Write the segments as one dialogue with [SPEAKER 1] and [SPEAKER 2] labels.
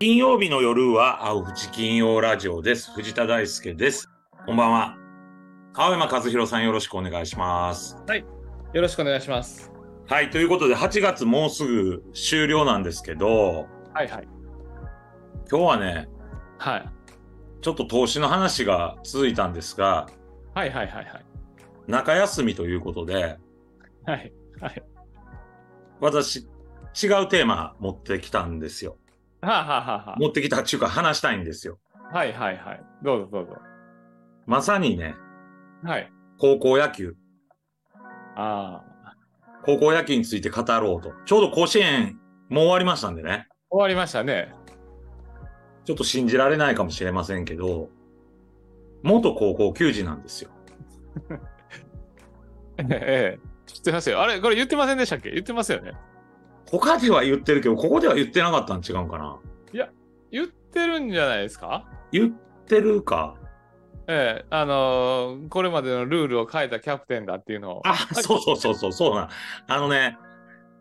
[SPEAKER 1] 金曜日の夜は、青富士金曜ラジオです。藤田大輔です。こんばんは。川山和弘さん、よろしくお願いします。
[SPEAKER 2] よろしくお願いします。
[SPEAKER 1] はい、ということで、8月もうすぐ終了なんですけど、
[SPEAKER 2] はいはい。
[SPEAKER 1] 今日はね、
[SPEAKER 2] はい。
[SPEAKER 1] ちょっと投資の話が続いたんですが、
[SPEAKER 2] はいはいはいはい。
[SPEAKER 1] 中休みということで、
[SPEAKER 2] はい。
[SPEAKER 1] 私、違うテーマ持ってきたんですよ。
[SPEAKER 2] はあ、はあはあは
[SPEAKER 1] 持ってきたっていうか話したいんですよ。
[SPEAKER 2] あ、はいはいはい。どうぞどうぞ。
[SPEAKER 1] まさにね、
[SPEAKER 2] はい。
[SPEAKER 1] 高校野球、
[SPEAKER 2] ああ。
[SPEAKER 1] 高校野球について語ろうと。ちょうど甲子園もう終わりましたんでね、
[SPEAKER 2] 終わりましたね。
[SPEAKER 1] ちょっと信じられないかもしれませんけど、元高校球児なんですよ。
[SPEAKER 2] ええ。知ってますよ。あれこれ言ってませんでしたっけ言ってますよね。
[SPEAKER 1] 他では言ってるけど、ここでは言ってなかったん違うかな。
[SPEAKER 2] 言ってるんじゃないですか
[SPEAKER 1] 言ってるか。
[SPEAKER 2] ええあのーこれまでのルールを変えたキャプテンだっていうのを。
[SPEAKER 1] あ、そうそうそうそう、そうなん。あのね、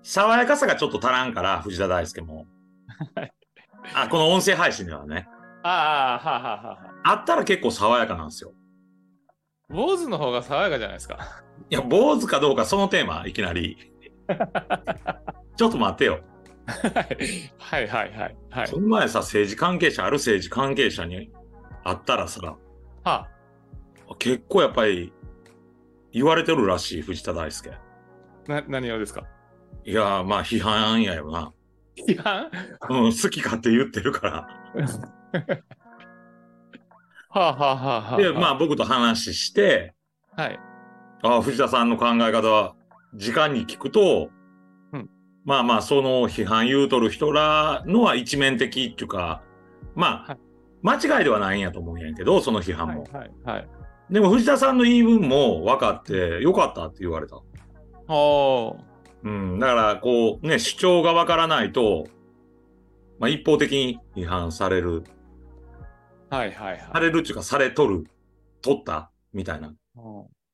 [SPEAKER 1] 爽やかさがちょっと足らんから、藤田大輔も
[SPEAKER 2] はい。
[SPEAKER 1] あ、この音声配信ではね。
[SPEAKER 2] ああ、はあはあはあはあ。
[SPEAKER 1] あったら結構爽やかなんですよ。
[SPEAKER 2] 坊主の方が爽やかじゃないですか。
[SPEAKER 1] いや、坊主かどうか、そのテーマ、いきなり。ちょっと待ってよ。
[SPEAKER 2] はいはいはいはい。はい。
[SPEAKER 1] この前さ、政治関係者、ある政治関係者に会ったらさ、
[SPEAKER 2] はあ。
[SPEAKER 1] 結構やっぱり言われてるらしい、藤田大輔。
[SPEAKER 2] な、何をですか
[SPEAKER 1] いやー、まあ批判やよな。
[SPEAKER 2] 批判
[SPEAKER 1] うん、好きかって言ってるか
[SPEAKER 2] はあはあはあは
[SPEAKER 1] ら。
[SPEAKER 2] あ。
[SPEAKER 1] で、まあ僕と話して、
[SPEAKER 2] あ。はい。
[SPEAKER 1] ああ、藤田さんの考え方は、時間に聞くと、
[SPEAKER 2] うん
[SPEAKER 1] まあまあ、その批判言うとる人らのは一面的っていうか、まあ、間違いではないんやと思うんやけど、その批判
[SPEAKER 2] はい
[SPEAKER 1] も。
[SPEAKER 2] はいはい。
[SPEAKER 1] でも藤田さんの言い分も分かって、よかったって言われた。
[SPEAKER 2] おー
[SPEAKER 1] うん、だから、こう、ね、主張がわからないと、まあ、一方的に批判される、
[SPEAKER 2] はいはい
[SPEAKER 1] さ
[SPEAKER 2] はい。
[SPEAKER 1] れるっていうか、されとる、取った、みたいな。
[SPEAKER 2] うん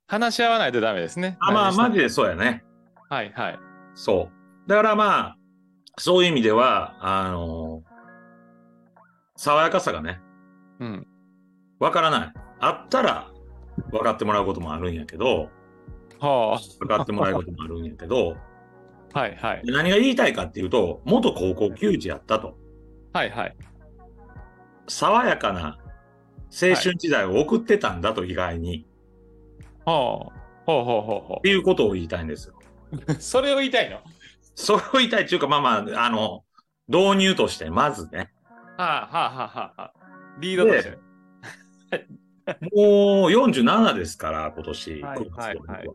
[SPEAKER 2] 話し合わないとダメですね。
[SPEAKER 1] あ、まあ、マ
[SPEAKER 2] 何
[SPEAKER 1] ジ
[SPEAKER 2] で
[SPEAKER 1] でそうやね。
[SPEAKER 2] したはいはい。
[SPEAKER 1] そう。だからまあ、そういう意味では、あの爽やかさがね、
[SPEAKER 2] うん。
[SPEAKER 1] わからない。あったら、分かってもらうこともあるんやけど、
[SPEAKER 2] は
[SPEAKER 1] 分かってもらうこともあるんやけど、
[SPEAKER 2] あ。はいはい。
[SPEAKER 1] で何が言いたいかっていうと、元高校球児やったと。
[SPEAKER 2] はいはい。
[SPEAKER 1] 爽やかな青春時代を送ってたんだと意外に、
[SPEAKER 2] はあ。ほうほうほうほ
[SPEAKER 1] っていうことを言いたいんですよ。
[SPEAKER 2] う。 それを言いたいのは
[SPEAKER 1] それを言いたいっていうか、まあまあ、あの、導入として、まずね、
[SPEAKER 2] あはあはあはあはあ。リードとしてね。
[SPEAKER 1] もう47ですから、今年、
[SPEAKER 2] はい
[SPEAKER 1] 9月の僕
[SPEAKER 2] はいはい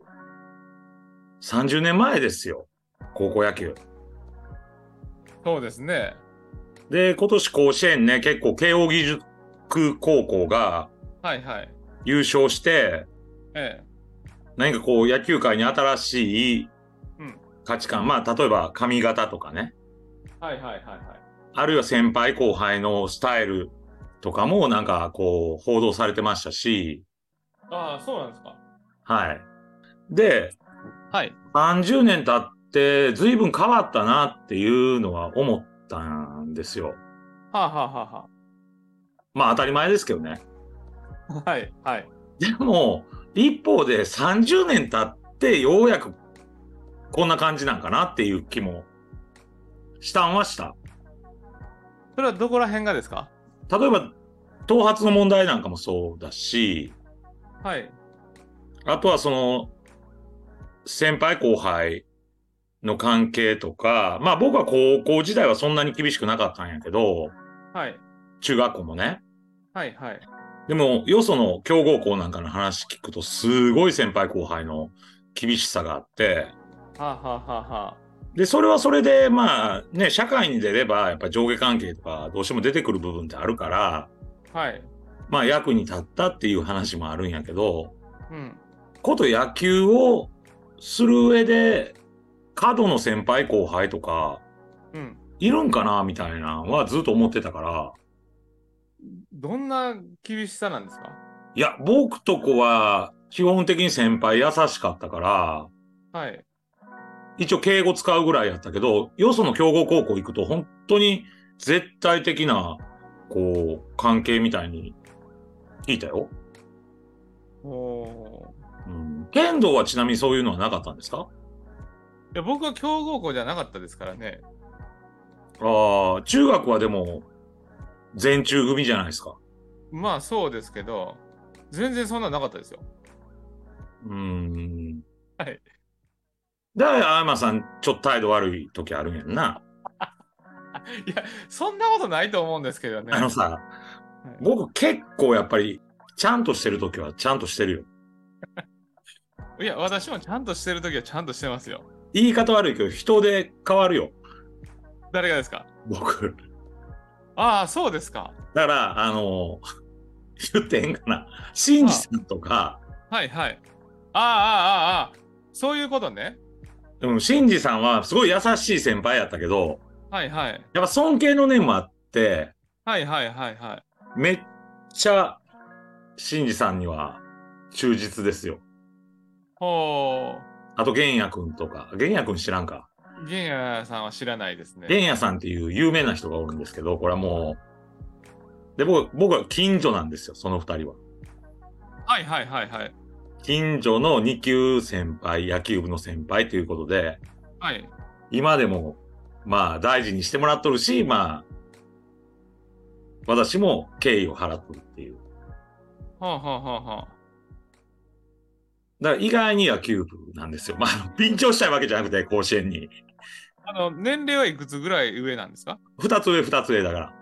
[SPEAKER 1] 30年前ですよ、高校野球。
[SPEAKER 2] そうですね。
[SPEAKER 1] で、今年甲子園ね、結構慶応義塾高校が
[SPEAKER 2] はいはい。
[SPEAKER 1] 優勝して、
[SPEAKER 2] ええ。
[SPEAKER 1] 何かこう野球界に新しい
[SPEAKER 2] うん
[SPEAKER 1] 価値観、まあ例えば髪型とかね、
[SPEAKER 2] はいはいはいはい。
[SPEAKER 1] あるいは先輩後輩のスタイルとかもなんかこう報道されてましたし、
[SPEAKER 2] ああ、そうなんですか。
[SPEAKER 1] はい。で、
[SPEAKER 2] はい。
[SPEAKER 1] 30年経って随分変わったなっていうのは思ったんですよ。
[SPEAKER 2] はあはあは
[SPEAKER 1] まあ当たり前ですけどね。
[SPEAKER 2] あはあ。はいはい。
[SPEAKER 1] でも、一方で30年経ってようやくこんな感じなんかなっていう気もしたんはした。
[SPEAKER 2] それはどこら辺がですか
[SPEAKER 1] 例えば、頭髪の問題なんかもそうだし、
[SPEAKER 2] はい。
[SPEAKER 1] あとはその、先輩後輩の関係とか、まあ僕は高校時代はそんなに厳しくなかったんやけど、
[SPEAKER 2] はい。
[SPEAKER 1] 中学校もね。
[SPEAKER 2] はいはい。
[SPEAKER 1] でも、よその強豪校なんかの話聞くと、すごい先輩後輩の厳しさがあって、
[SPEAKER 2] はあはあはあは
[SPEAKER 1] で、それはそれで、まあね、社会に出れば、やっぱ上下関係とかどうしても出てくる部分ってあるから、
[SPEAKER 2] あ。はい。
[SPEAKER 1] まあ役に立ったっていう話もあるんやけど、
[SPEAKER 2] うん。
[SPEAKER 1] こと野球をする上で、過度の先輩後輩とか、
[SPEAKER 2] うん。
[SPEAKER 1] いるんかなみたいなのはずっと思ってたから、
[SPEAKER 2] どんな厳しさなんですか
[SPEAKER 1] いや、僕とこは、基本的に先輩優しかったから、
[SPEAKER 2] はい。
[SPEAKER 1] 一応敬語使うぐらいやったけど、よその強豪高校行くと、本当に絶対的な、こう、関係みたいに聞いたよ。
[SPEAKER 2] おー
[SPEAKER 1] うん。剣道はちなみにそういうのはなかったんですか
[SPEAKER 2] いや僕は強豪校じゃなかったですからね。
[SPEAKER 1] ああ、中学はでも、全中組じゃないですか。
[SPEAKER 2] まあそうですけど、全然そんなのなかったですよ。
[SPEAKER 1] うん。
[SPEAKER 2] はい。
[SPEAKER 1] だから、青山さん、ちょっと態度悪い時あるんやんな。
[SPEAKER 2] いや、そんなことないと思うんですけどね。
[SPEAKER 1] あのさ、僕結構やっぱり、ちゃんとしてる時はちゃんとしてるよ。
[SPEAKER 2] いや、私もちゃんとしてるときはちゃんとしてますよ。
[SPEAKER 1] 言い方悪いけど、人で変わるよ。
[SPEAKER 2] 誰がですか
[SPEAKER 1] 僕。
[SPEAKER 2] ああ、そうですか。
[SPEAKER 1] だから、あの、言ってへんかな。新次さんとか、
[SPEAKER 2] はいはい。ああ、ああ、ああ。そういうことね。
[SPEAKER 1] でも新次さんはすごい優しい先輩やったけど、
[SPEAKER 2] はいはい。
[SPEAKER 1] やっぱ尊敬の念もあって、
[SPEAKER 2] はいはいはいはい。
[SPEAKER 1] めっちゃ、新次さんには忠実ですよ。
[SPEAKER 2] ほ
[SPEAKER 1] あと、玄也くんとか、玄也くん知らんか。
[SPEAKER 2] う。銀谷さんは知らないですね。
[SPEAKER 1] 玄也さんっていう有名な人がおるんですけど、これはもう、で、僕、僕は近所なんですよ、その二人は。
[SPEAKER 2] はいはいはいはい。
[SPEAKER 1] 近所の2級先輩、野球部の先輩ということで、
[SPEAKER 2] はい。
[SPEAKER 1] 今でも、まあ、大事にしてもらっとるし、まあ、私も敬意を払っとるっていう。
[SPEAKER 2] ほうほうほうほう。
[SPEAKER 1] だから意外に野球部なんですよ。まあ、緊張したいわけじゃなくて、甲子園に。
[SPEAKER 2] あの、年齢はいくつぐらい上なんですか
[SPEAKER 1] 二つ上、二つ上だから。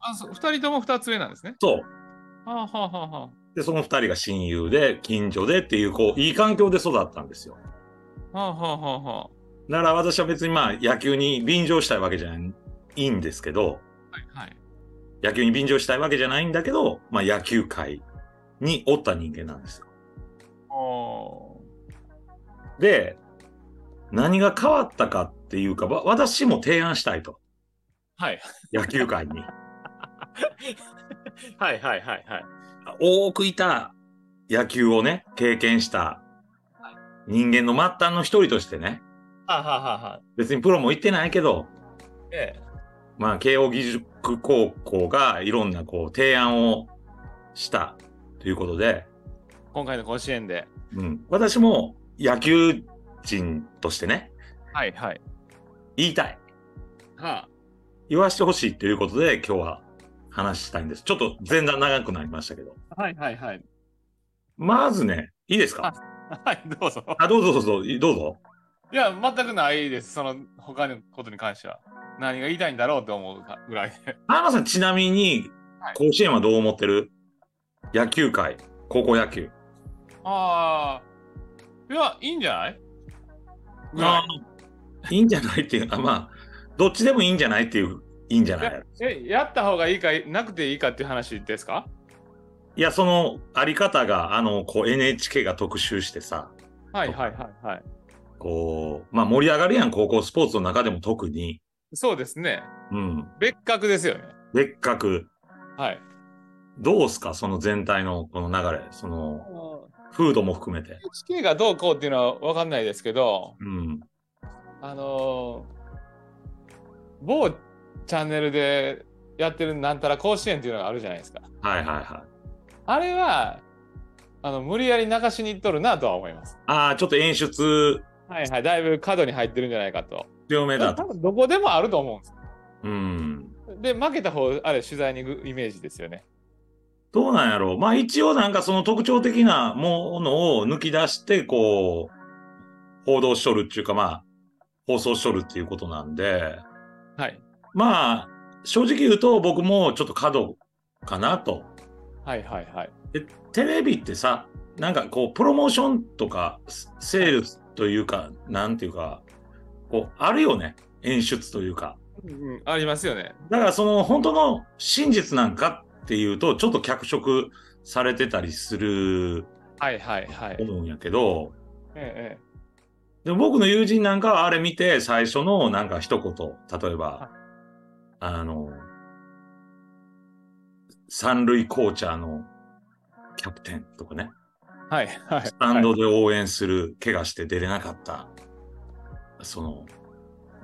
[SPEAKER 2] あ、そ二人とも二つ上なんですね。
[SPEAKER 1] そう。
[SPEAKER 2] はあはあはあは
[SPEAKER 1] で、その二人が親友で、近所でっていう、こう、いい環境で育ったんですよ。
[SPEAKER 2] あ。はあはあはあは
[SPEAKER 1] だから私は別にまあ、野球に便乗したいわけじゃないいいんですけど、
[SPEAKER 2] あ。はいはい。
[SPEAKER 1] 野球に便乗したいわけじゃないんだけど、まあ、野球界におった人間なんですよ。
[SPEAKER 2] お
[SPEAKER 1] で、何が変わったかっていうか、わ私も提案したいと。
[SPEAKER 2] ーはい。
[SPEAKER 1] 野球界に。
[SPEAKER 2] はいはいはいはい。
[SPEAKER 1] 多くいた野球をね、経験した人間の末端の一人としてね、
[SPEAKER 2] はあはあはあはあ。
[SPEAKER 1] 別にプロも行ってないけど、
[SPEAKER 2] ええ。
[SPEAKER 1] まあ、慶応義塾高校がいろんなこう提案をしたということで、
[SPEAKER 2] 今回の甲子園で。
[SPEAKER 1] うん、私も野球人としてね、
[SPEAKER 2] はいはい。
[SPEAKER 1] 言いたい。
[SPEAKER 2] は
[SPEAKER 1] 言わしてほしいということで、今日は話したいんです。ちょっと前段長くなりましたけど。
[SPEAKER 2] あ。はいはいはい。
[SPEAKER 1] まずね、いいですか
[SPEAKER 2] はい、どうぞ。
[SPEAKER 1] あ、どうぞどうぞ、いどうぞ。
[SPEAKER 2] いや、全くないです。その、他のことに関しては。何が言いたいんだろうと思うかぐらいで。
[SPEAKER 1] 浜田さん、ちなみに
[SPEAKER 2] はい、
[SPEAKER 1] 甲子園はどう思ってる野球界、高校野球。
[SPEAKER 2] ああ。いや、いいんじゃないぐら
[SPEAKER 1] あ
[SPEAKER 2] い
[SPEAKER 1] ーいいんじゃないっていう、あまあ、どっちでもいいんじゃないっていう、いいんじゃない
[SPEAKER 2] え、やった方がいいか、なくていいかっていう話ですか
[SPEAKER 1] いや、その、あり方が、あの、こう、NHK が特集してさ、
[SPEAKER 2] はいはいはいはい。
[SPEAKER 1] こう、まあ、盛り上がるやん、高校スポーツの中でも特に。
[SPEAKER 2] そうですね。
[SPEAKER 1] うん。
[SPEAKER 2] 別格ですよね。
[SPEAKER 1] 別格。
[SPEAKER 2] はい。
[SPEAKER 1] どうすかその全体のこの流れ、その、風土も含めて。
[SPEAKER 2] NHK がどうこうっていうのは分かんないですけど、
[SPEAKER 1] うん。
[SPEAKER 2] あのー某チャンネルでやってるなんたら甲子園っていうのがあるじゃないですか。
[SPEAKER 1] はいはいはい。
[SPEAKER 2] あれは、あの、無理やり流しに行っとるなとは思います。
[SPEAKER 1] ああ、ちょっと演出
[SPEAKER 2] はいはい。だいぶ角に入ってるんじゃないかと。
[SPEAKER 1] 強めだ
[SPEAKER 2] 多
[SPEAKER 1] と。
[SPEAKER 2] 分どこでもあると思うんです。
[SPEAKER 1] うん。
[SPEAKER 2] で、負けた方、あれ取材に行くイメージですよね。
[SPEAKER 1] どうなんやろう。まあ一応なんかその特徴的なものを抜き出して、こう、報道しとるっていうかまあ、放送しとるっていうことなんで、
[SPEAKER 2] はい。
[SPEAKER 1] まあ、正直言うと僕もちょっと角かなと。
[SPEAKER 2] はいはいはい。
[SPEAKER 1] テレビってさ、なんかこう、プロモーションとか、スセールスというか、なんていうか、こう、あるよね。演出というか。
[SPEAKER 2] うんうん、ありますよね。
[SPEAKER 1] だからその本当の真実なんかっていうと、ちょっと脚色されてたりする
[SPEAKER 2] はいはいはい。え
[SPEAKER 1] 思うんやけど、
[SPEAKER 2] ええ
[SPEAKER 1] でも僕の友人なんかはあれ見て、最初のなんか一言、例えば、あの、三塁コーチャーのキャプテンとかね、
[SPEAKER 2] えはいはい。
[SPEAKER 1] スタンドで応援する、怪我して出れなかった、その、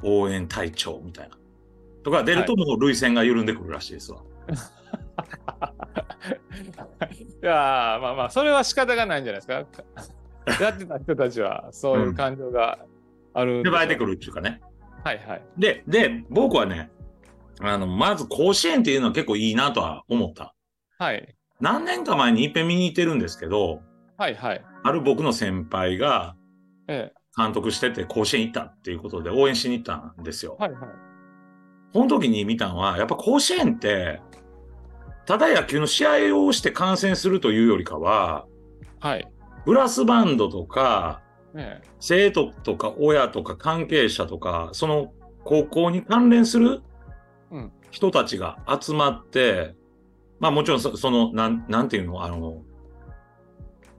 [SPEAKER 1] 応援隊長みたいな。とか出るともう涙腺が緩んでくるらしいですわ。
[SPEAKER 2] いやーまあまあそれは仕方がないんじゃないですかやってた人たちはそういう感情があるん
[SPEAKER 1] で、
[SPEAKER 2] しょう
[SPEAKER 1] 湧いてくるっていうかね。
[SPEAKER 2] はいはい
[SPEAKER 1] で、で、僕はね、あの、まず甲子園っていうのは結構いいなとは思った。
[SPEAKER 2] はい
[SPEAKER 1] 何年か前にいっぺん見に行ってるんですけど、
[SPEAKER 2] はいはい
[SPEAKER 1] ある僕の先輩が
[SPEAKER 2] ええ
[SPEAKER 1] 監督してて甲子園行ったっていうことで応援しに行ったんですよ。
[SPEAKER 2] はいはい
[SPEAKER 1] この時に見たのは、やっぱ甲子園って、ただ野球の試合をして観戦するというよりかは、
[SPEAKER 2] はい
[SPEAKER 1] ブラスバンドとか、
[SPEAKER 2] ね
[SPEAKER 1] 生徒とか親とか関係者とか、その高校に関連する
[SPEAKER 2] うん
[SPEAKER 1] 人たちが集まって、まあもちろんそその、なん、なんていうの、あの、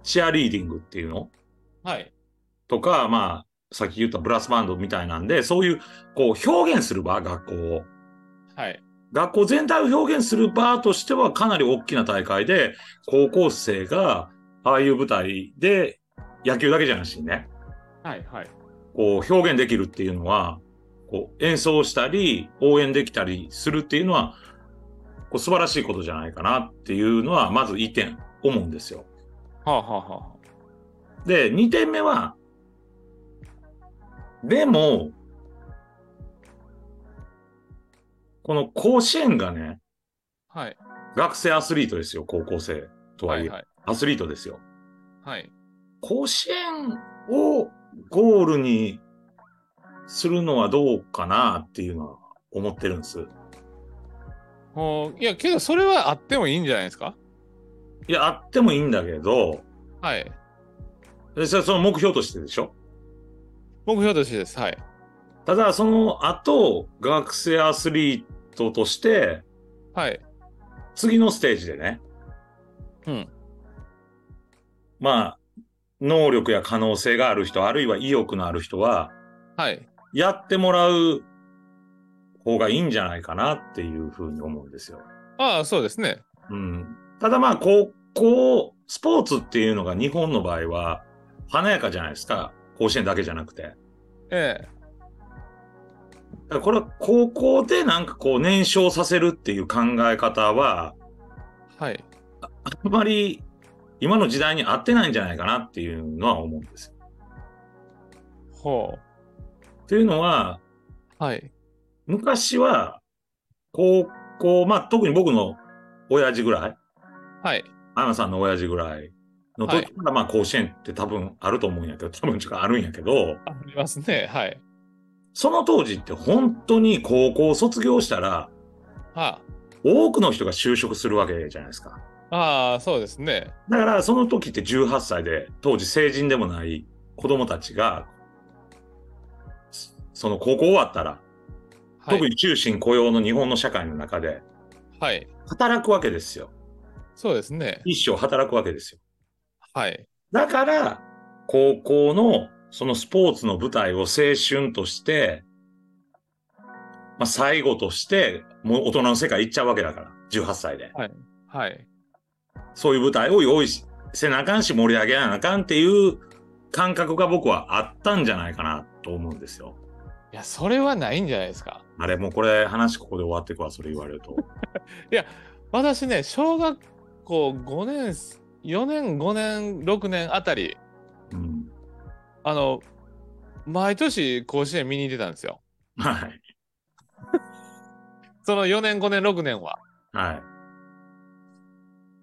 [SPEAKER 1] チアリーディングっていうの
[SPEAKER 2] はい
[SPEAKER 1] とか、まあ、さっき言ったブラスバンドみたいなんで、そういう、こう、表現する場、学校を。
[SPEAKER 2] はい
[SPEAKER 1] 学校全体を表現する場としてはかなり大きな大会で、高校生が、ああいう舞台で、野球だけじゃなしにね、
[SPEAKER 2] はいはい
[SPEAKER 1] こう、表現できるっていうのは、こう、演奏したり、応援できたりするっていうのは、こう素晴らしいことじゃないかなっていうのは、まず一点、思うんですよ。
[SPEAKER 2] はあはあは
[SPEAKER 1] で、2点目は、でも、この甲子園がね、
[SPEAKER 2] あはい
[SPEAKER 1] 学生アスリートですよ、高校生とは
[SPEAKER 2] はい
[SPEAKER 1] え、
[SPEAKER 2] いはい
[SPEAKER 1] アスリートですよ。
[SPEAKER 2] はい
[SPEAKER 1] 甲子園をゴールにするのはどうかなっていうのは思ってるんです。
[SPEAKER 2] ほういやけどそれはあってもいいんじゃないですか
[SPEAKER 1] いや、あってもいいんだけど、
[SPEAKER 2] はい
[SPEAKER 1] でそれはその目標としてでしょ
[SPEAKER 2] 目標としてですはい
[SPEAKER 1] ただ、その後、学生アスリートとして、
[SPEAKER 2] はい
[SPEAKER 1] 次のステージでね、
[SPEAKER 2] うん
[SPEAKER 1] まあ、能力や可能性がある人、あるいは意欲のある人は、
[SPEAKER 2] はい
[SPEAKER 1] やってもらう方がいいんじゃないかなっていうふうに思うんですよ。
[SPEAKER 2] ああそうですね
[SPEAKER 1] うん。ただまあ、高校、スポーツっていうのが日本の場合は、華やかじゃないですか。甲子園だけじゃなくて。だ
[SPEAKER 2] ええ
[SPEAKER 1] からこれは高校でなんかこう燃焼させるっていう考え方は、
[SPEAKER 2] はい
[SPEAKER 1] あんまり今の時代に合ってないんじゃないかなっていうのは思うんですよ。
[SPEAKER 2] ほ
[SPEAKER 1] というのは、
[SPEAKER 2] うはい
[SPEAKER 1] 昔は、高校、まあ特に僕の親父ぐらい、
[SPEAKER 2] はい
[SPEAKER 1] アナさんの親父ぐらいの時から、まあ甲子園って多分あると思うんやけど、 多分ちかあるんやけど、
[SPEAKER 2] ありますねはい
[SPEAKER 1] その当時って本当に高校を卒業したら、
[SPEAKER 2] は
[SPEAKER 1] 多くの人が就職するわけじゃないですか。
[SPEAKER 2] あああそうですね
[SPEAKER 1] だからその時って18歳で、当時成人でもない子供たちが、そその高校終わったら、
[SPEAKER 2] はい
[SPEAKER 1] 特に中心雇用の日本の社会の中で、
[SPEAKER 2] はい
[SPEAKER 1] 働くわけですよ。
[SPEAKER 2] そうですね
[SPEAKER 1] 一生働くわけですよ。
[SPEAKER 2] はい
[SPEAKER 1] だから、高校のそのスポーツの舞台を青春として、まあ、最後として、もう大人の世界行っちゃうわけだから、18歳で。
[SPEAKER 2] はい
[SPEAKER 1] そういう舞台を用意しせなあかんし、盛り上げなあかんっていう感覚が僕はあったんじゃないかなと思うんですよ。
[SPEAKER 2] いや、それはないんじゃないですか。
[SPEAKER 1] あれ、もうこれ話ここで終わってくわ、それ言われると。
[SPEAKER 2] 私ね、小学校5年、4年、5年、6年あたり、
[SPEAKER 1] うん。
[SPEAKER 2] あの、毎年甲子園見に行ってたんですよ。
[SPEAKER 1] はい。
[SPEAKER 2] その4年、5年、6年は。
[SPEAKER 1] はい。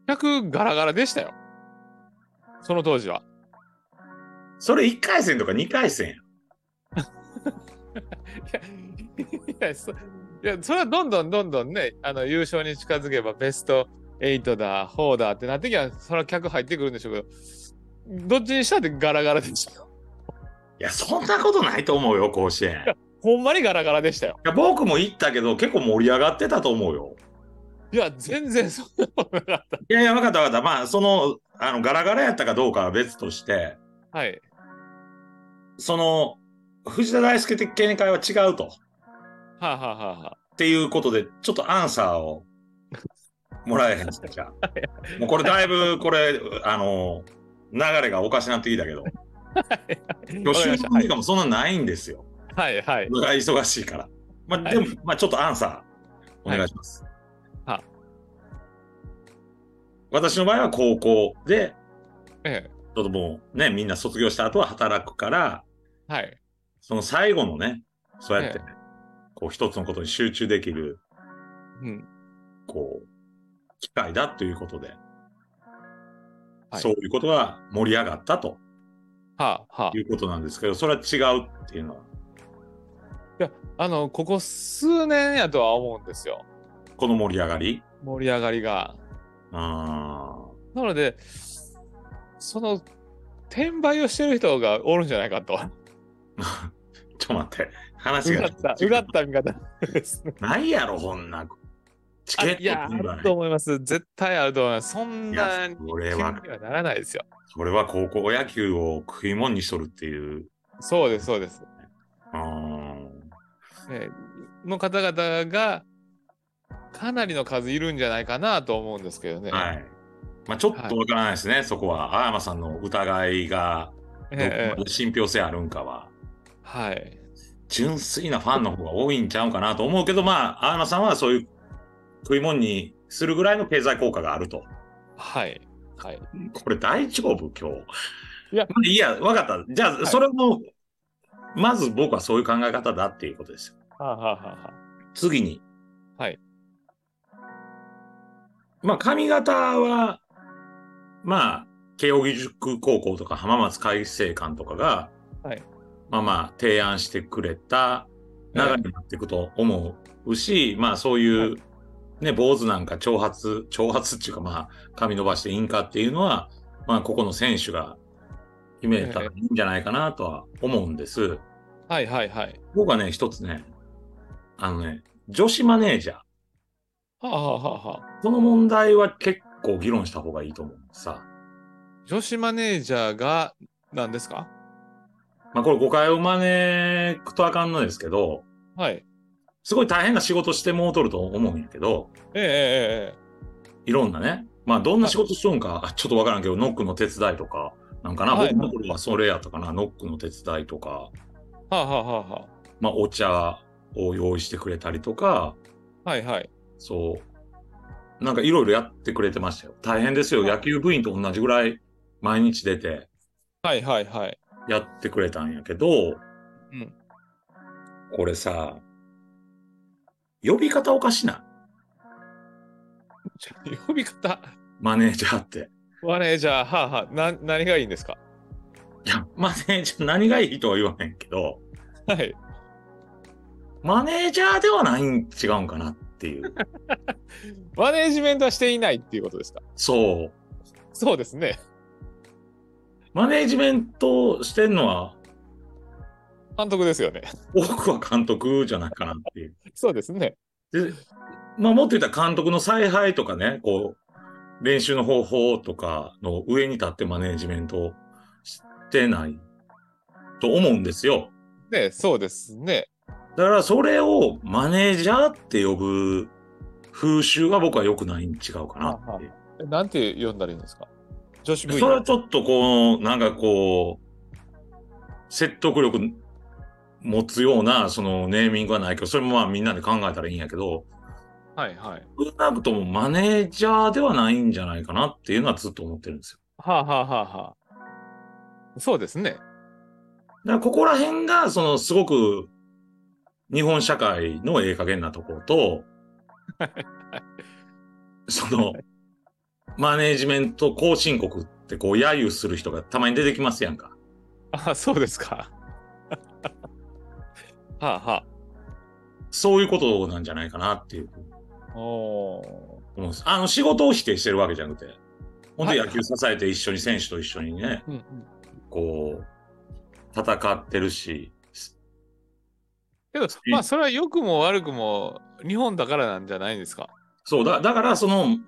[SPEAKER 2] 100ガラガラでしたよ。その当時は。
[SPEAKER 1] それ1回戦とか2回戦や。
[SPEAKER 2] いや、そいやそれはどんどんどんどんね、あの優勝に近づけばベスト8だ、4だってなってきゃ、それは客入ってくるんでしょうけど、どっちにしたってガラガラでしたよ。
[SPEAKER 1] いや、そんなことないと思うよ、甲子園。
[SPEAKER 2] ほんまにガラガラでしたよ。
[SPEAKER 1] いや僕も行ったけど、結構盛り上がってたと思うよ。
[SPEAKER 2] いや、全然そんなことなかっ
[SPEAKER 1] いやいや、わかったわかった。まあ、その、あの、ガラガラやったかどうかは別として、
[SPEAKER 2] た。はい。
[SPEAKER 1] その、藤田大輔的見解は違うと。
[SPEAKER 2] はあ、はあはあは
[SPEAKER 1] っていうことで、ちょっとアンサーをもらえへんすか、じゃあ。もうこれだいぶ、これ、あの、流れがおかしなってきたけど。
[SPEAKER 2] あ、
[SPEAKER 1] 今日
[SPEAKER 2] わかり
[SPEAKER 1] 収
[SPEAKER 2] ました
[SPEAKER 1] 録時間もそんなないんですよ。
[SPEAKER 2] はいはい。
[SPEAKER 1] お互い忙しいから。まあ、
[SPEAKER 2] はい
[SPEAKER 1] でも、まあ、ちょっとアンサー、お願いします。
[SPEAKER 2] はいは
[SPEAKER 1] 私の場合は高校で、
[SPEAKER 2] え
[SPEAKER 1] ちょっともうね、みんな卒業した後は働くから、
[SPEAKER 2] えはい。
[SPEAKER 1] その最後のね、そうやって、
[SPEAKER 2] え
[SPEAKER 1] こう、一つのことに集中できる、
[SPEAKER 2] うん。
[SPEAKER 1] こう、機会だということで、
[SPEAKER 2] はい
[SPEAKER 1] そういうことが盛り上がったと
[SPEAKER 2] はあ、は
[SPEAKER 1] い。
[SPEAKER 2] あ
[SPEAKER 1] うことなんですけど、それは違うっていうのは、
[SPEAKER 2] あの、ここ数年やとは思うんですよ。
[SPEAKER 1] この盛り上がり。
[SPEAKER 2] 盛り上がりが。
[SPEAKER 1] うーん。
[SPEAKER 2] なので、その、転売をしてる人がおるんじゃないか と。
[SPEAKER 1] ちょっと待って。話
[SPEAKER 2] うが
[SPEAKER 1] が。
[SPEAKER 2] った、うがった見方ですね。
[SPEAKER 1] ないやろ、こんな。チケ
[SPEAKER 2] あ
[SPEAKER 1] ット
[SPEAKER 2] いや、あ
[SPEAKER 1] 売買
[SPEAKER 2] ると思います。絶対あると思います。そん
[SPEAKER 1] い
[SPEAKER 2] な
[SPEAKER 1] や
[SPEAKER 2] に、
[SPEAKER 1] そ
[SPEAKER 2] 気
[SPEAKER 1] れ
[SPEAKER 2] に
[SPEAKER 1] は、
[SPEAKER 2] はならないですよ。
[SPEAKER 1] それは高校野球を食い物にしとるっていう。
[SPEAKER 2] そうです、そうです。
[SPEAKER 1] うーん。
[SPEAKER 2] えーの方々が、かなりの数いるんじゃないかなと思うんですけどね。
[SPEAKER 1] はい。まあ、ちょっとわからないですね、そこは。青山さんの疑いが、どこ
[SPEAKER 2] え
[SPEAKER 1] まで信憑性あるんかは。
[SPEAKER 2] ーはい。
[SPEAKER 1] 純粋なファンの方が多いんちゃうかなと思うけど、まあ、青山さんはそういう食い物にするぐらいの経済効果があると。
[SPEAKER 2] はい。はい。
[SPEAKER 1] これ大丈夫今日。
[SPEAKER 2] いや
[SPEAKER 1] まあ、いや、わかった。じゃあ、
[SPEAKER 2] い
[SPEAKER 1] それも、まず僕はそういう考え方だっていうことですよ。
[SPEAKER 2] はあ、はあはあは
[SPEAKER 1] 次に。
[SPEAKER 2] はい。
[SPEAKER 1] まあ、髪型は、まあ、慶應義塾高校とか浜松開誠館とかが、
[SPEAKER 2] はい
[SPEAKER 1] まあまあ、提案してくれた流れになっていくと思うし、まあ、そういう、
[SPEAKER 2] は
[SPEAKER 1] ね、坊主なんか長髪、長髪っていうか、まあ、髪伸ばしていいんかっていうのは、まあ、ここの選手が決めたらいいんじゃないかなとは思うんです。
[SPEAKER 2] あはいはいはい。
[SPEAKER 1] 僕はね、一つね、あのね、女子マネージャー。
[SPEAKER 2] はあ、はあはあはあ、
[SPEAKER 1] この問題は結構議論した方がいいと思うさ。
[SPEAKER 2] 女子マネージャーが何ですか
[SPEAKER 1] まあ、これ誤解を招くとあかんのですけど、
[SPEAKER 2] はい。
[SPEAKER 1] すごい大変な仕事してもうとると思うんやけど、
[SPEAKER 2] えええええ
[SPEAKER 1] いろんなね、まあ、どんな仕事しとんか、ちょっとわからんけど、ノックの手伝いとか、なんかな、
[SPEAKER 2] はい
[SPEAKER 1] 僕の頃はそれやったかな、ノックの手伝いとか、
[SPEAKER 2] えはあ、はあはあは
[SPEAKER 1] まあ、お茶を用意してくれたりとか、
[SPEAKER 2] あ、はいはい。
[SPEAKER 1] そう。なんかいろいろやってくれてましたよ。大変ですよ。
[SPEAKER 2] はい
[SPEAKER 1] 野球部員と同じぐらい毎日出て
[SPEAKER 2] はいはいはい。
[SPEAKER 1] やってくれたんやけど、
[SPEAKER 2] うん
[SPEAKER 1] これさ、呼び方おかしない
[SPEAKER 2] ちょ呼び方、
[SPEAKER 1] マネージャーって。
[SPEAKER 2] マネージャー、はあはあ、な何がいいんですか
[SPEAKER 1] いや、マネージャー、何がいいとは言わへんけど、
[SPEAKER 2] はい。
[SPEAKER 1] マネージャーではないん違うんかなっていう。
[SPEAKER 2] マネージメントはしていないっていうことですか
[SPEAKER 1] そう。
[SPEAKER 2] そうですね。
[SPEAKER 1] マネージメントしてんのは、
[SPEAKER 2] 監督ですよね。
[SPEAKER 1] 多くは監督じゃないかなっていう。
[SPEAKER 2] そうですね。
[SPEAKER 1] で、まあ、もっと言ったら監督の采配とかね、こう、練習の方法とかの上に立ってマネージメントをしてないと思うんですよ。
[SPEAKER 2] ね、そうですね。
[SPEAKER 1] だからそれをマネージャーって呼ぶ風習が僕は良くないに違うかなっていう。
[SPEAKER 2] えなんて呼んだらいいんですか女子部員。
[SPEAKER 1] それはちょっとこう、なんかこう、説得力持つような、そのネーミングはないけど、それもまあみんなで考えたらいいんやけど、
[SPEAKER 2] はいはい。
[SPEAKER 1] 少なくともマネージャーではないんじゃないかなっていうのはずっと思ってるんですよ。
[SPEAKER 2] はあ、はあはあはあ、そうですね。
[SPEAKER 1] だからここら辺が、そのすごく日本社会のええ加減なところと、そのマネージメント後進国ってこう揶揄する人がたまに出てきますやんか。
[SPEAKER 2] あそうですか。 はあは
[SPEAKER 1] そういうことなんじゃないかなっていう
[SPEAKER 2] あ。お
[SPEAKER 1] 思うんです。あの仕事を否定してるわけじゃなくて、本当に
[SPEAKER 2] は
[SPEAKER 1] 野
[SPEAKER 2] い
[SPEAKER 1] 球支えて一緒に選手と一緒にね、
[SPEAKER 2] ー。うんうん。
[SPEAKER 1] こう、戦ってるし、
[SPEAKER 2] けど、まあ、それは良くも悪くも、日本だからなんじゃないですか。
[SPEAKER 1] そうだ、だからその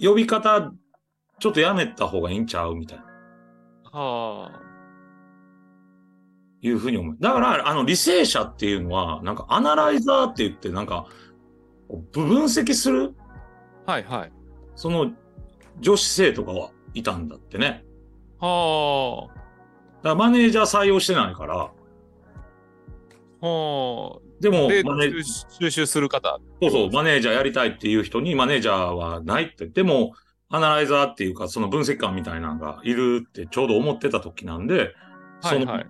[SPEAKER 1] 呼び方、ちょっとやめた方がいいんちゃうみたいな。
[SPEAKER 2] は
[SPEAKER 1] いうふうに思う。だから、あの、理性者っていうのは、なんか、アナライザーって言って、なんか、部分析する、
[SPEAKER 2] あ。はいはい。
[SPEAKER 1] その、女子生とかはいたんだってね。
[SPEAKER 2] は
[SPEAKER 1] だから、マネージャー採用してないから、
[SPEAKER 2] あ。ほ
[SPEAKER 1] でも、
[SPEAKER 2] う。で、
[SPEAKER 1] マネー
[SPEAKER 2] 収収集する方。
[SPEAKER 1] そうそう、マネージャーやりたいっていう人に、マネージャーはないって。でも、アナライザーっていうか、その分析官みたいなのがいるってちょうど思ってた時なんで、
[SPEAKER 2] は
[SPEAKER 1] そ
[SPEAKER 2] い
[SPEAKER 1] の、
[SPEAKER 2] はい。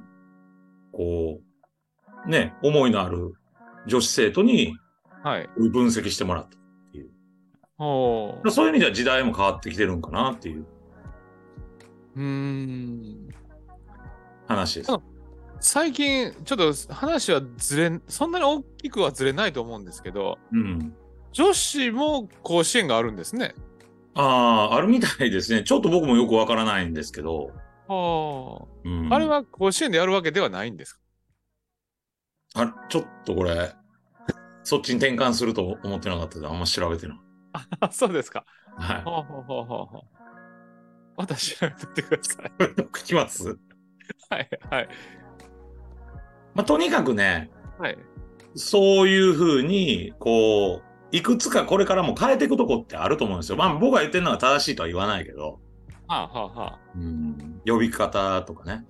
[SPEAKER 1] こう、ね、思いのある女子生徒に
[SPEAKER 2] はい。
[SPEAKER 1] 分析してもらった。
[SPEAKER 2] ほう。
[SPEAKER 1] そういう意味では時代も変わってきてるんかなっていう
[SPEAKER 2] うーん。
[SPEAKER 1] 話です。
[SPEAKER 2] あ最近、ちょっと話はずれん、そんなに大きくはずれないと思うんですけど、
[SPEAKER 1] うん。
[SPEAKER 2] 女子も甲子園があるんですね。
[SPEAKER 1] ああ、あるみたいですね。ちょっと僕もよくわからないんですけど。
[SPEAKER 2] は
[SPEAKER 1] うん、
[SPEAKER 2] あ。あれは甲子園でやるわけではないんですか
[SPEAKER 1] あちょっとこれ、そっちに転換すると思ってなかったで、あんま調べてない。
[SPEAKER 2] あ そうですか。
[SPEAKER 1] はい。
[SPEAKER 2] はあ、はあはあはあ、また調べてってください。
[SPEAKER 1] 聞きます。
[SPEAKER 2] はいはい
[SPEAKER 1] まあ、とにかくね、
[SPEAKER 2] はい。
[SPEAKER 1] そういうふうに、こう、いくつかこれからも変えていくとこってあると思うんですよ。まあ僕が言ってるのは正しいとは言わないけど、
[SPEAKER 2] はあはあは
[SPEAKER 1] うん、呼び方とかね。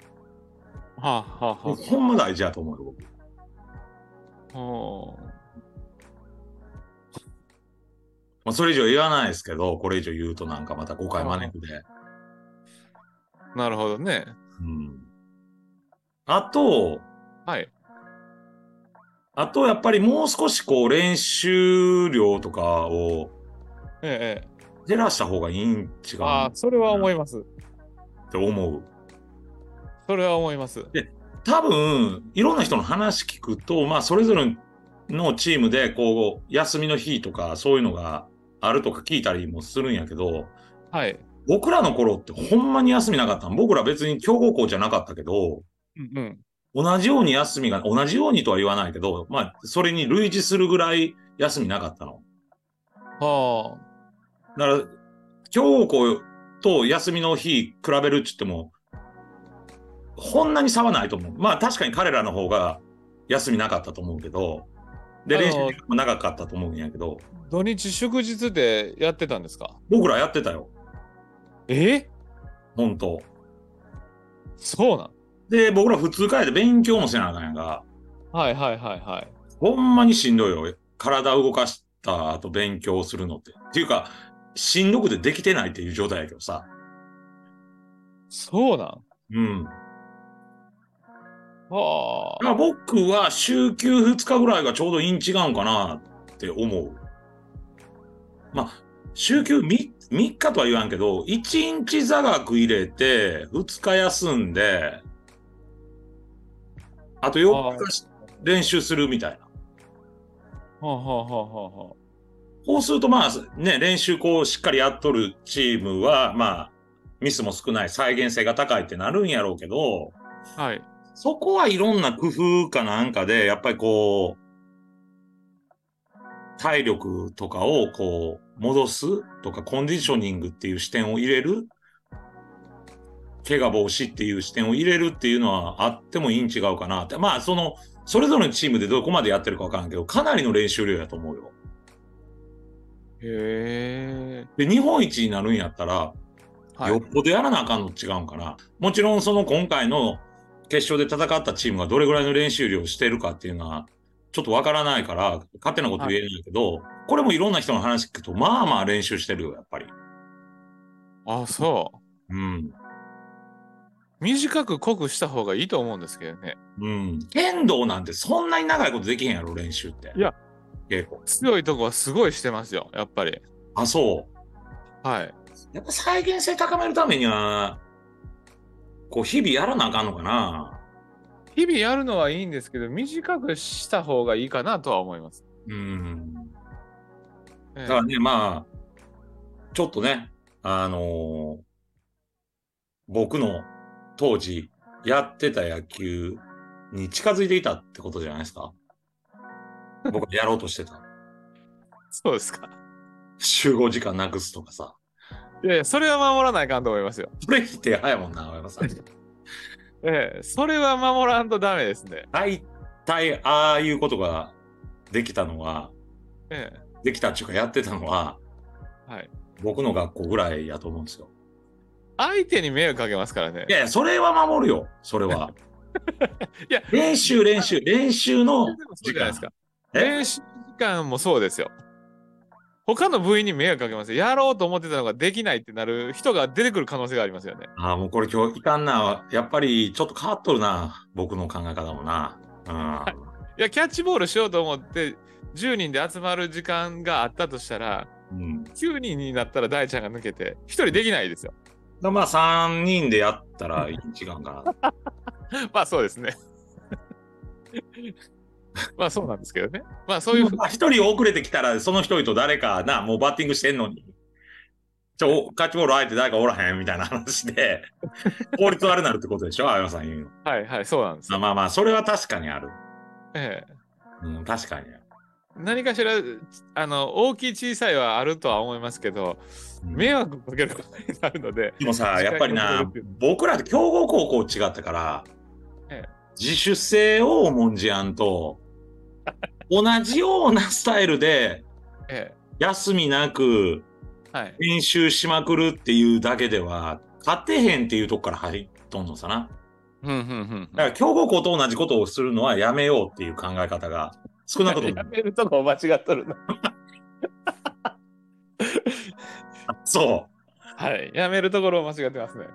[SPEAKER 2] あ。はあはあは
[SPEAKER 1] ほんま大事やと思うよ、僕。
[SPEAKER 2] あ。はあ
[SPEAKER 1] まあそれ以上言わないですけど、これ以上言うとなんかまた誤解招くで。
[SPEAKER 2] なるほどね。
[SPEAKER 1] うん。あと、
[SPEAKER 2] はい。
[SPEAKER 1] あとやっぱりもう少しこう練習量とかを
[SPEAKER 2] ええ。
[SPEAKER 1] 減らした方がいいん違う
[SPEAKER 2] ああ
[SPEAKER 1] なっ、
[SPEAKER 2] それは思います。
[SPEAKER 1] て思う。
[SPEAKER 2] それは思います。
[SPEAKER 1] 多分いろんな人の話聞くと、まあ、それぞれのチームでこう休みの日とかそういうのがあるとか聞いたりもするんやけど
[SPEAKER 2] はい。
[SPEAKER 1] 僕らの頃ってほんまに休みなかったん僕ら別に強豪校じゃなかったけど
[SPEAKER 2] うんうん。
[SPEAKER 1] 同じように休みが同じようにとは言わないけど、まあ、それに類似するぐらい休みなかったの。
[SPEAKER 2] は
[SPEAKER 1] だから強豪校と休みの日比べるっつってもこんなに差はないと思う。まあ確かに彼らの方が休みなかったと思うけど、で、
[SPEAKER 2] あの
[SPEAKER 1] 練習時間も長かったと思うんやけど、
[SPEAKER 2] あ。土日祝日でやってたんですか
[SPEAKER 1] 僕らやってたよ、
[SPEAKER 2] え
[SPEAKER 1] 本当。
[SPEAKER 2] そうなん
[SPEAKER 1] で、僕ら普通帰って勉強もせなあかんやんか、
[SPEAKER 2] はいはいはいはい。
[SPEAKER 1] ほんまにしんどいよ。体動かした後勉強するのって。っていうか、しんどくてできてないっていう状態やけどさ。
[SPEAKER 2] そうなん
[SPEAKER 1] うん。
[SPEAKER 2] は
[SPEAKER 1] まあ僕は週休2日ぐらいがちょうどいいん違うんかなって思う。まあ、週休 3, 3日とは言わんけど、1日座学入れて、2日休んで、あと4日し練習するみたいな。
[SPEAKER 2] あ。はあはあはあはあは
[SPEAKER 1] こうするとまあね、練習こうしっかりやっとるチームは、まあ、ミスも少ない、再現性が高いってなるんやろうけど、
[SPEAKER 2] あ。はい。
[SPEAKER 1] そこはいろんな工夫かなんかで、やっぱりこう、体力とかをこう、戻すとか、コンディショニングっていう視点を入れる、怪我防止っていう視点を入れるっていうのはあってもいいん違うかなって。まあ、その、それぞれのチームでどこまでやってるかわからんけど、かなりの練習量やと思うよ。
[SPEAKER 2] へえ。
[SPEAKER 1] で、日本一になるんやったら、
[SPEAKER 2] はい
[SPEAKER 1] よっ。ぽどやらなあかんの違うんかな。もちろんその今回の決勝で戦ったチームがどれぐらいの練習量をしてるかっていうのはちょっとわからないから勝手なこと言えないけど、これもいろんな人の話聞くとまあまあ練習してるよやっぱり。
[SPEAKER 2] あ、そう。
[SPEAKER 1] うん。
[SPEAKER 2] 短く濃くした方がいいと思うんですけどね。
[SPEAKER 1] うん。剣道なんてそんなに長いことできへんやろ練習って。
[SPEAKER 2] いや。
[SPEAKER 1] 稽古。
[SPEAKER 2] 強いとこはすごいしてますよ、やっぱり。
[SPEAKER 1] あ、そう。
[SPEAKER 2] はい。
[SPEAKER 1] やっぱ再現性高めるためには、こう日々やらなあかんのかな。
[SPEAKER 2] 日々やるのはいいんですけど、短くした方がいいかなとは思います。
[SPEAKER 1] うん。
[SPEAKER 2] え
[SPEAKER 1] だ
[SPEAKER 2] え
[SPEAKER 1] からね、まあ、ちょっとね、あのー僕の当時やってた野球に近づいていたってことじゃないです か。僕がやろうとしてた。
[SPEAKER 2] そうですか。
[SPEAKER 1] 集合時間なくすとかさ。
[SPEAKER 2] いやいや、それは守らないかんと思いますよ。
[SPEAKER 1] それ否定早いもんな、青山 さん。
[SPEAKER 2] ええ、それは守らんとダメですね。
[SPEAKER 1] 大体、ああいうことができたのは、
[SPEAKER 2] ええ、
[SPEAKER 1] できたっていうかやってたのは、
[SPEAKER 2] はい。
[SPEAKER 1] 僕の学校ぐらいやと思うんですよ。
[SPEAKER 2] 相手に迷惑かけますからね
[SPEAKER 1] い。やいや、それは守るよ。それは。練習、練習、練習の
[SPEAKER 2] でもそうじゃないですか。
[SPEAKER 1] え
[SPEAKER 2] 練習時間もそうですよ。他の部員に迷惑かけますよ。やろうと思ってたのができないってなる人が出てくる可能性がありますよね。
[SPEAKER 1] ああ、もうこれ今日いかんな。やっぱりちょっと変わっとるな。僕の考え方もな。うん。
[SPEAKER 2] いや、キャッチボールしようと思って、10人で集まる時間があったとしたら、
[SPEAKER 1] うん、
[SPEAKER 2] 9人になったら大ちゃんが抜けて、1人できないですよ。
[SPEAKER 1] だまあ3人でやった らいい時間かな。
[SPEAKER 2] まあそうですね。 まあそうなんですけどね。まあそういうふう
[SPEAKER 1] まあ一人遅れてきたら、その一人と誰かな、もうバッティングしてんのに。ちょ、キャッチボール相手誰かおらへんみたいな話で、効率悪なるってことでしょ青山さん言うの。
[SPEAKER 2] はいはい、そうなんです
[SPEAKER 1] まあ
[SPEAKER 2] よ。
[SPEAKER 1] まあまあ、それは確かにある。
[SPEAKER 2] ええ
[SPEAKER 1] うん、確かにある。
[SPEAKER 2] 何かしら、あの、大きい小さいはあるとは思いますけど、
[SPEAKER 1] うん
[SPEAKER 2] 迷惑かけることになるので、
[SPEAKER 1] でもさ、
[SPEAKER 2] 視界
[SPEAKER 1] やっぱり
[SPEAKER 2] コ
[SPEAKER 1] な
[SPEAKER 2] ントロールっていう、
[SPEAKER 1] 僕らって強豪高校違ったから、
[SPEAKER 2] ええ
[SPEAKER 1] 自主性を重んじやん と、同じようなスタイルで、
[SPEAKER 2] え
[SPEAKER 1] 休みなく
[SPEAKER 2] え、はい。
[SPEAKER 1] 練習しまくるっていうだけでは、勝てへんっていうとこから入っとんのさな。
[SPEAKER 2] うんうんうん
[SPEAKER 1] だから強豪校と同じことをするのはやめようっていう考え方が少なくとも
[SPEAKER 2] やめるとこ間違っとるな。
[SPEAKER 1] そう。
[SPEAKER 2] はい。やめるところを間違ってますね。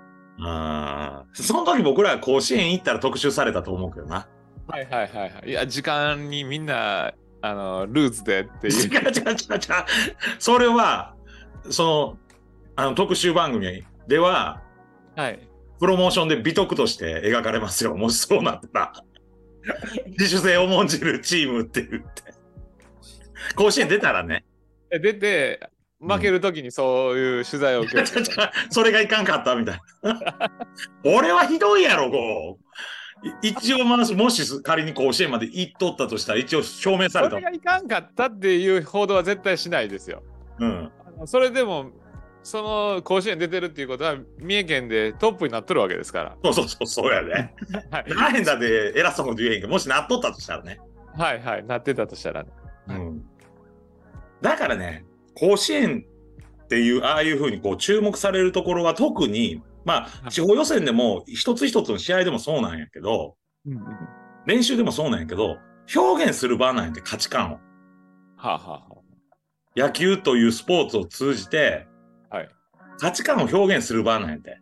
[SPEAKER 1] あーその時僕ら甲子園行ったら特集されたと思うけどな。
[SPEAKER 2] はいはいはいはい。いや、時間にみんな、あの、ルーズでって
[SPEAKER 1] 違う
[SPEAKER 2] いう。
[SPEAKER 1] 違う違う違う。それは、その、あの特集番組では、
[SPEAKER 2] はい。
[SPEAKER 1] プロモーションで美徳として描かれますよ。もしそうなったら。自主性を重んじるチームって言って。甲子園出たら ね。
[SPEAKER 2] で出て、負けるときにそういう取材を 受ける。
[SPEAKER 1] それがいかんかったみたいな。 俺はひどいやろ、こう。い一応、まあもし仮に甲子園まで行っとったとしたら、一応証明され
[SPEAKER 2] そ
[SPEAKER 1] た
[SPEAKER 2] れ。がいかんかったっていう報道は絶対しないですよ。
[SPEAKER 1] うん。
[SPEAKER 2] あのそれでも、その甲子園出てるっていうことは、三重県でトップになっとるわけですか
[SPEAKER 1] そうそうそう、そうや ね。
[SPEAKER 2] ら。はい
[SPEAKER 1] ならへんだって偉そうなこと言えへんけど、もしなっとったとしたらね。
[SPEAKER 2] はいはい。なってたとしたらね。
[SPEAKER 1] うん。だからね、甲子園っていう、ああいうふうにこう注目されるところは特に、まあ、地方予選でも一つ一つの試合でもそうなんやけど、
[SPEAKER 2] うんうん。は
[SPEAKER 1] 練習でもそうなんやけど、表現する場なんやって価値観を。
[SPEAKER 2] あ、はあは
[SPEAKER 1] 野球というスポーツを通じて、
[SPEAKER 2] はい
[SPEAKER 1] 価値観を表現する場なんやて。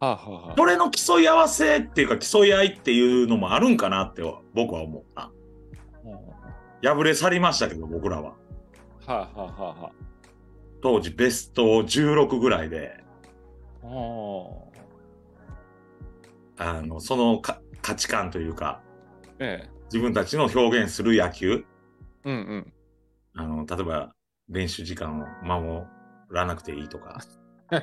[SPEAKER 2] あ、はあはあはあ
[SPEAKER 1] それの競い合わせっていうか競い合いっていうのもあるんかなって僕は思った。敗れ去りましたけど僕らは。
[SPEAKER 2] はあはあはあはあ。
[SPEAKER 1] 当時ベスト16ぐらいで、
[SPEAKER 2] お
[SPEAKER 1] あの、そのか価値観というか、
[SPEAKER 2] ええ。
[SPEAKER 1] 自分たちの表現する野球、
[SPEAKER 2] うんうん。
[SPEAKER 1] あの、例えば練習時間を守らなくていいと か。練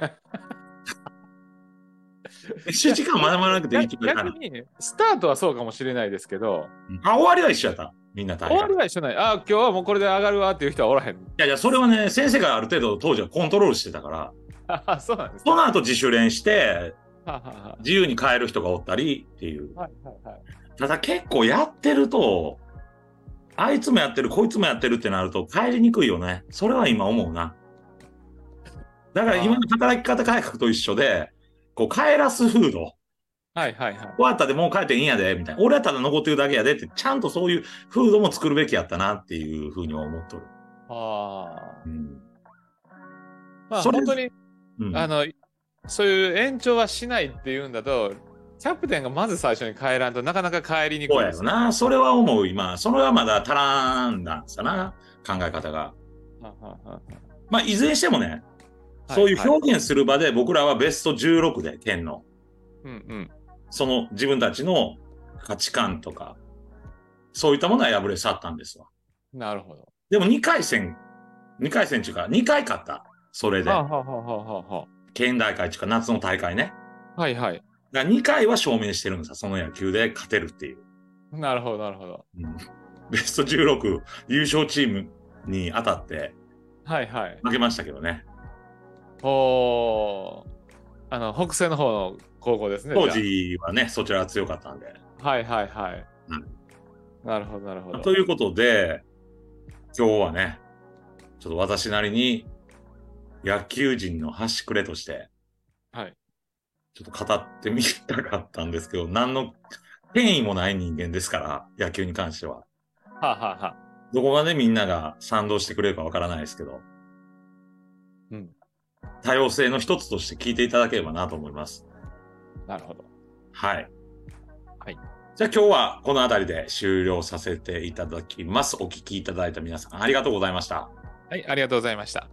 [SPEAKER 1] 習時間を守らなくていいとか言った
[SPEAKER 2] 逆
[SPEAKER 1] ら。
[SPEAKER 2] に、スタートはそうかもしれないですけど、
[SPEAKER 1] あ、終わりは一緒やった。みんな大
[SPEAKER 2] 終わ
[SPEAKER 1] 会
[SPEAKER 2] り。は一緒ない。ああ、今日はもうこれで上がるわっていう人はおらへん。
[SPEAKER 1] いやいや、それはね、先生がある程度当時はコントロールしてたから、
[SPEAKER 2] ああ、そうなんです
[SPEAKER 1] そ
[SPEAKER 2] か。
[SPEAKER 1] の後自主練して、
[SPEAKER 2] はあはあは
[SPEAKER 1] 自由に変える人がおったりっていう。
[SPEAKER 2] あはいはいはい。
[SPEAKER 1] ただ結構やってると、あいつもやってる、こいつもやってるってなると帰りにくいよね。それは今思うな。だから今の働き方改革と一緒で、こう帰らす風土。
[SPEAKER 2] はいはいはい。
[SPEAKER 1] 終わったでもう帰っていいんやで、みたいな。俺はただ残ってるだけやでって、ちゃんとそういう風土も作るべきやったなっていうふうには思っとる。
[SPEAKER 2] あ
[SPEAKER 1] うん。
[SPEAKER 2] あ。まあ
[SPEAKER 1] それ
[SPEAKER 2] 本当に、
[SPEAKER 1] うん、
[SPEAKER 2] あの、そういう延長はしないっていうんだと、キャプテンがまず最初に帰らんとなかなか帰りにくい
[SPEAKER 1] そう
[SPEAKER 2] で
[SPEAKER 1] や
[SPEAKER 2] す
[SPEAKER 1] ろな。それは思う、今。それはまだ足らんだんさな、考え方が。
[SPEAKER 2] はあはあは
[SPEAKER 1] まあ、いずれにしてもね、
[SPEAKER 2] あ
[SPEAKER 1] そうい
[SPEAKER 2] は
[SPEAKER 1] う
[SPEAKER 2] は
[SPEAKER 1] 表現する場で、僕らはベスト16で、県の、
[SPEAKER 2] うんうん。
[SPEAKER 1] その自分たちの価値観とか、そういったものは破れ去ったんですわ。
[SPEAKER 2] なるほど。
[SPEAKER 1] でも2回戦、2回戦っていうか、2回勝った。それで
[SPEAKER 2] は、あはあはあはあは
[SPEAKER 1] 県大会っていうか、夏の大会ね。
[SPEAKER 2] あ。はいはい。
[SPEAKER 1] だから2回は証明してるんですよ、その野球で勝てるっていう。
[SPEAKER 2] なるほどなるほど。
[SPEAKER 1] うん ベスト16優勝チームに当たって
[SPEAKER 2] はいはい。
[SPEAKER 1] 負けましたけどね。
[SPEAKER 2] おーあの北西の方の高校ですね。
[SPEAKER 1] 当
[SPEAKER 2] じ
[SPEAKER 1] 時はね、そちらが強かったんで。
[SPEAKER 2] ゃあはいはいはい。
[SPEAKER 1] うん
[SPEAKER 2] なるほどなるほど。
[SPEAKER 1] ということで、今日はね、ちょっと私なりに野球人の端くれとして、
[SPEAKER 2] はい。
[SPEAKER 1] ちょっと語ってみたかったんですけど、何の権威もない人間ですから、野球に関しては。
[SPEAKER 2] はあ、はあはあ、
[SPEAKER 1] どこまでみんなが賛同してくれるかわからないですけど。
[SPEAKER 2] うん。
[SPEAKER 1] 多様性の一つとして聞いていただければなと思います。
[SPEAKER 2] なるほど。
[SPEAKER 1] はい。
[SPEAKER 2] はい。
[SPEAKER 1] じゃあ今日はこの辺りで終了させていただきます。お聞きいただいた皆さんありがとうございました。
[SPEAKER 2] はい、ありがとうございました。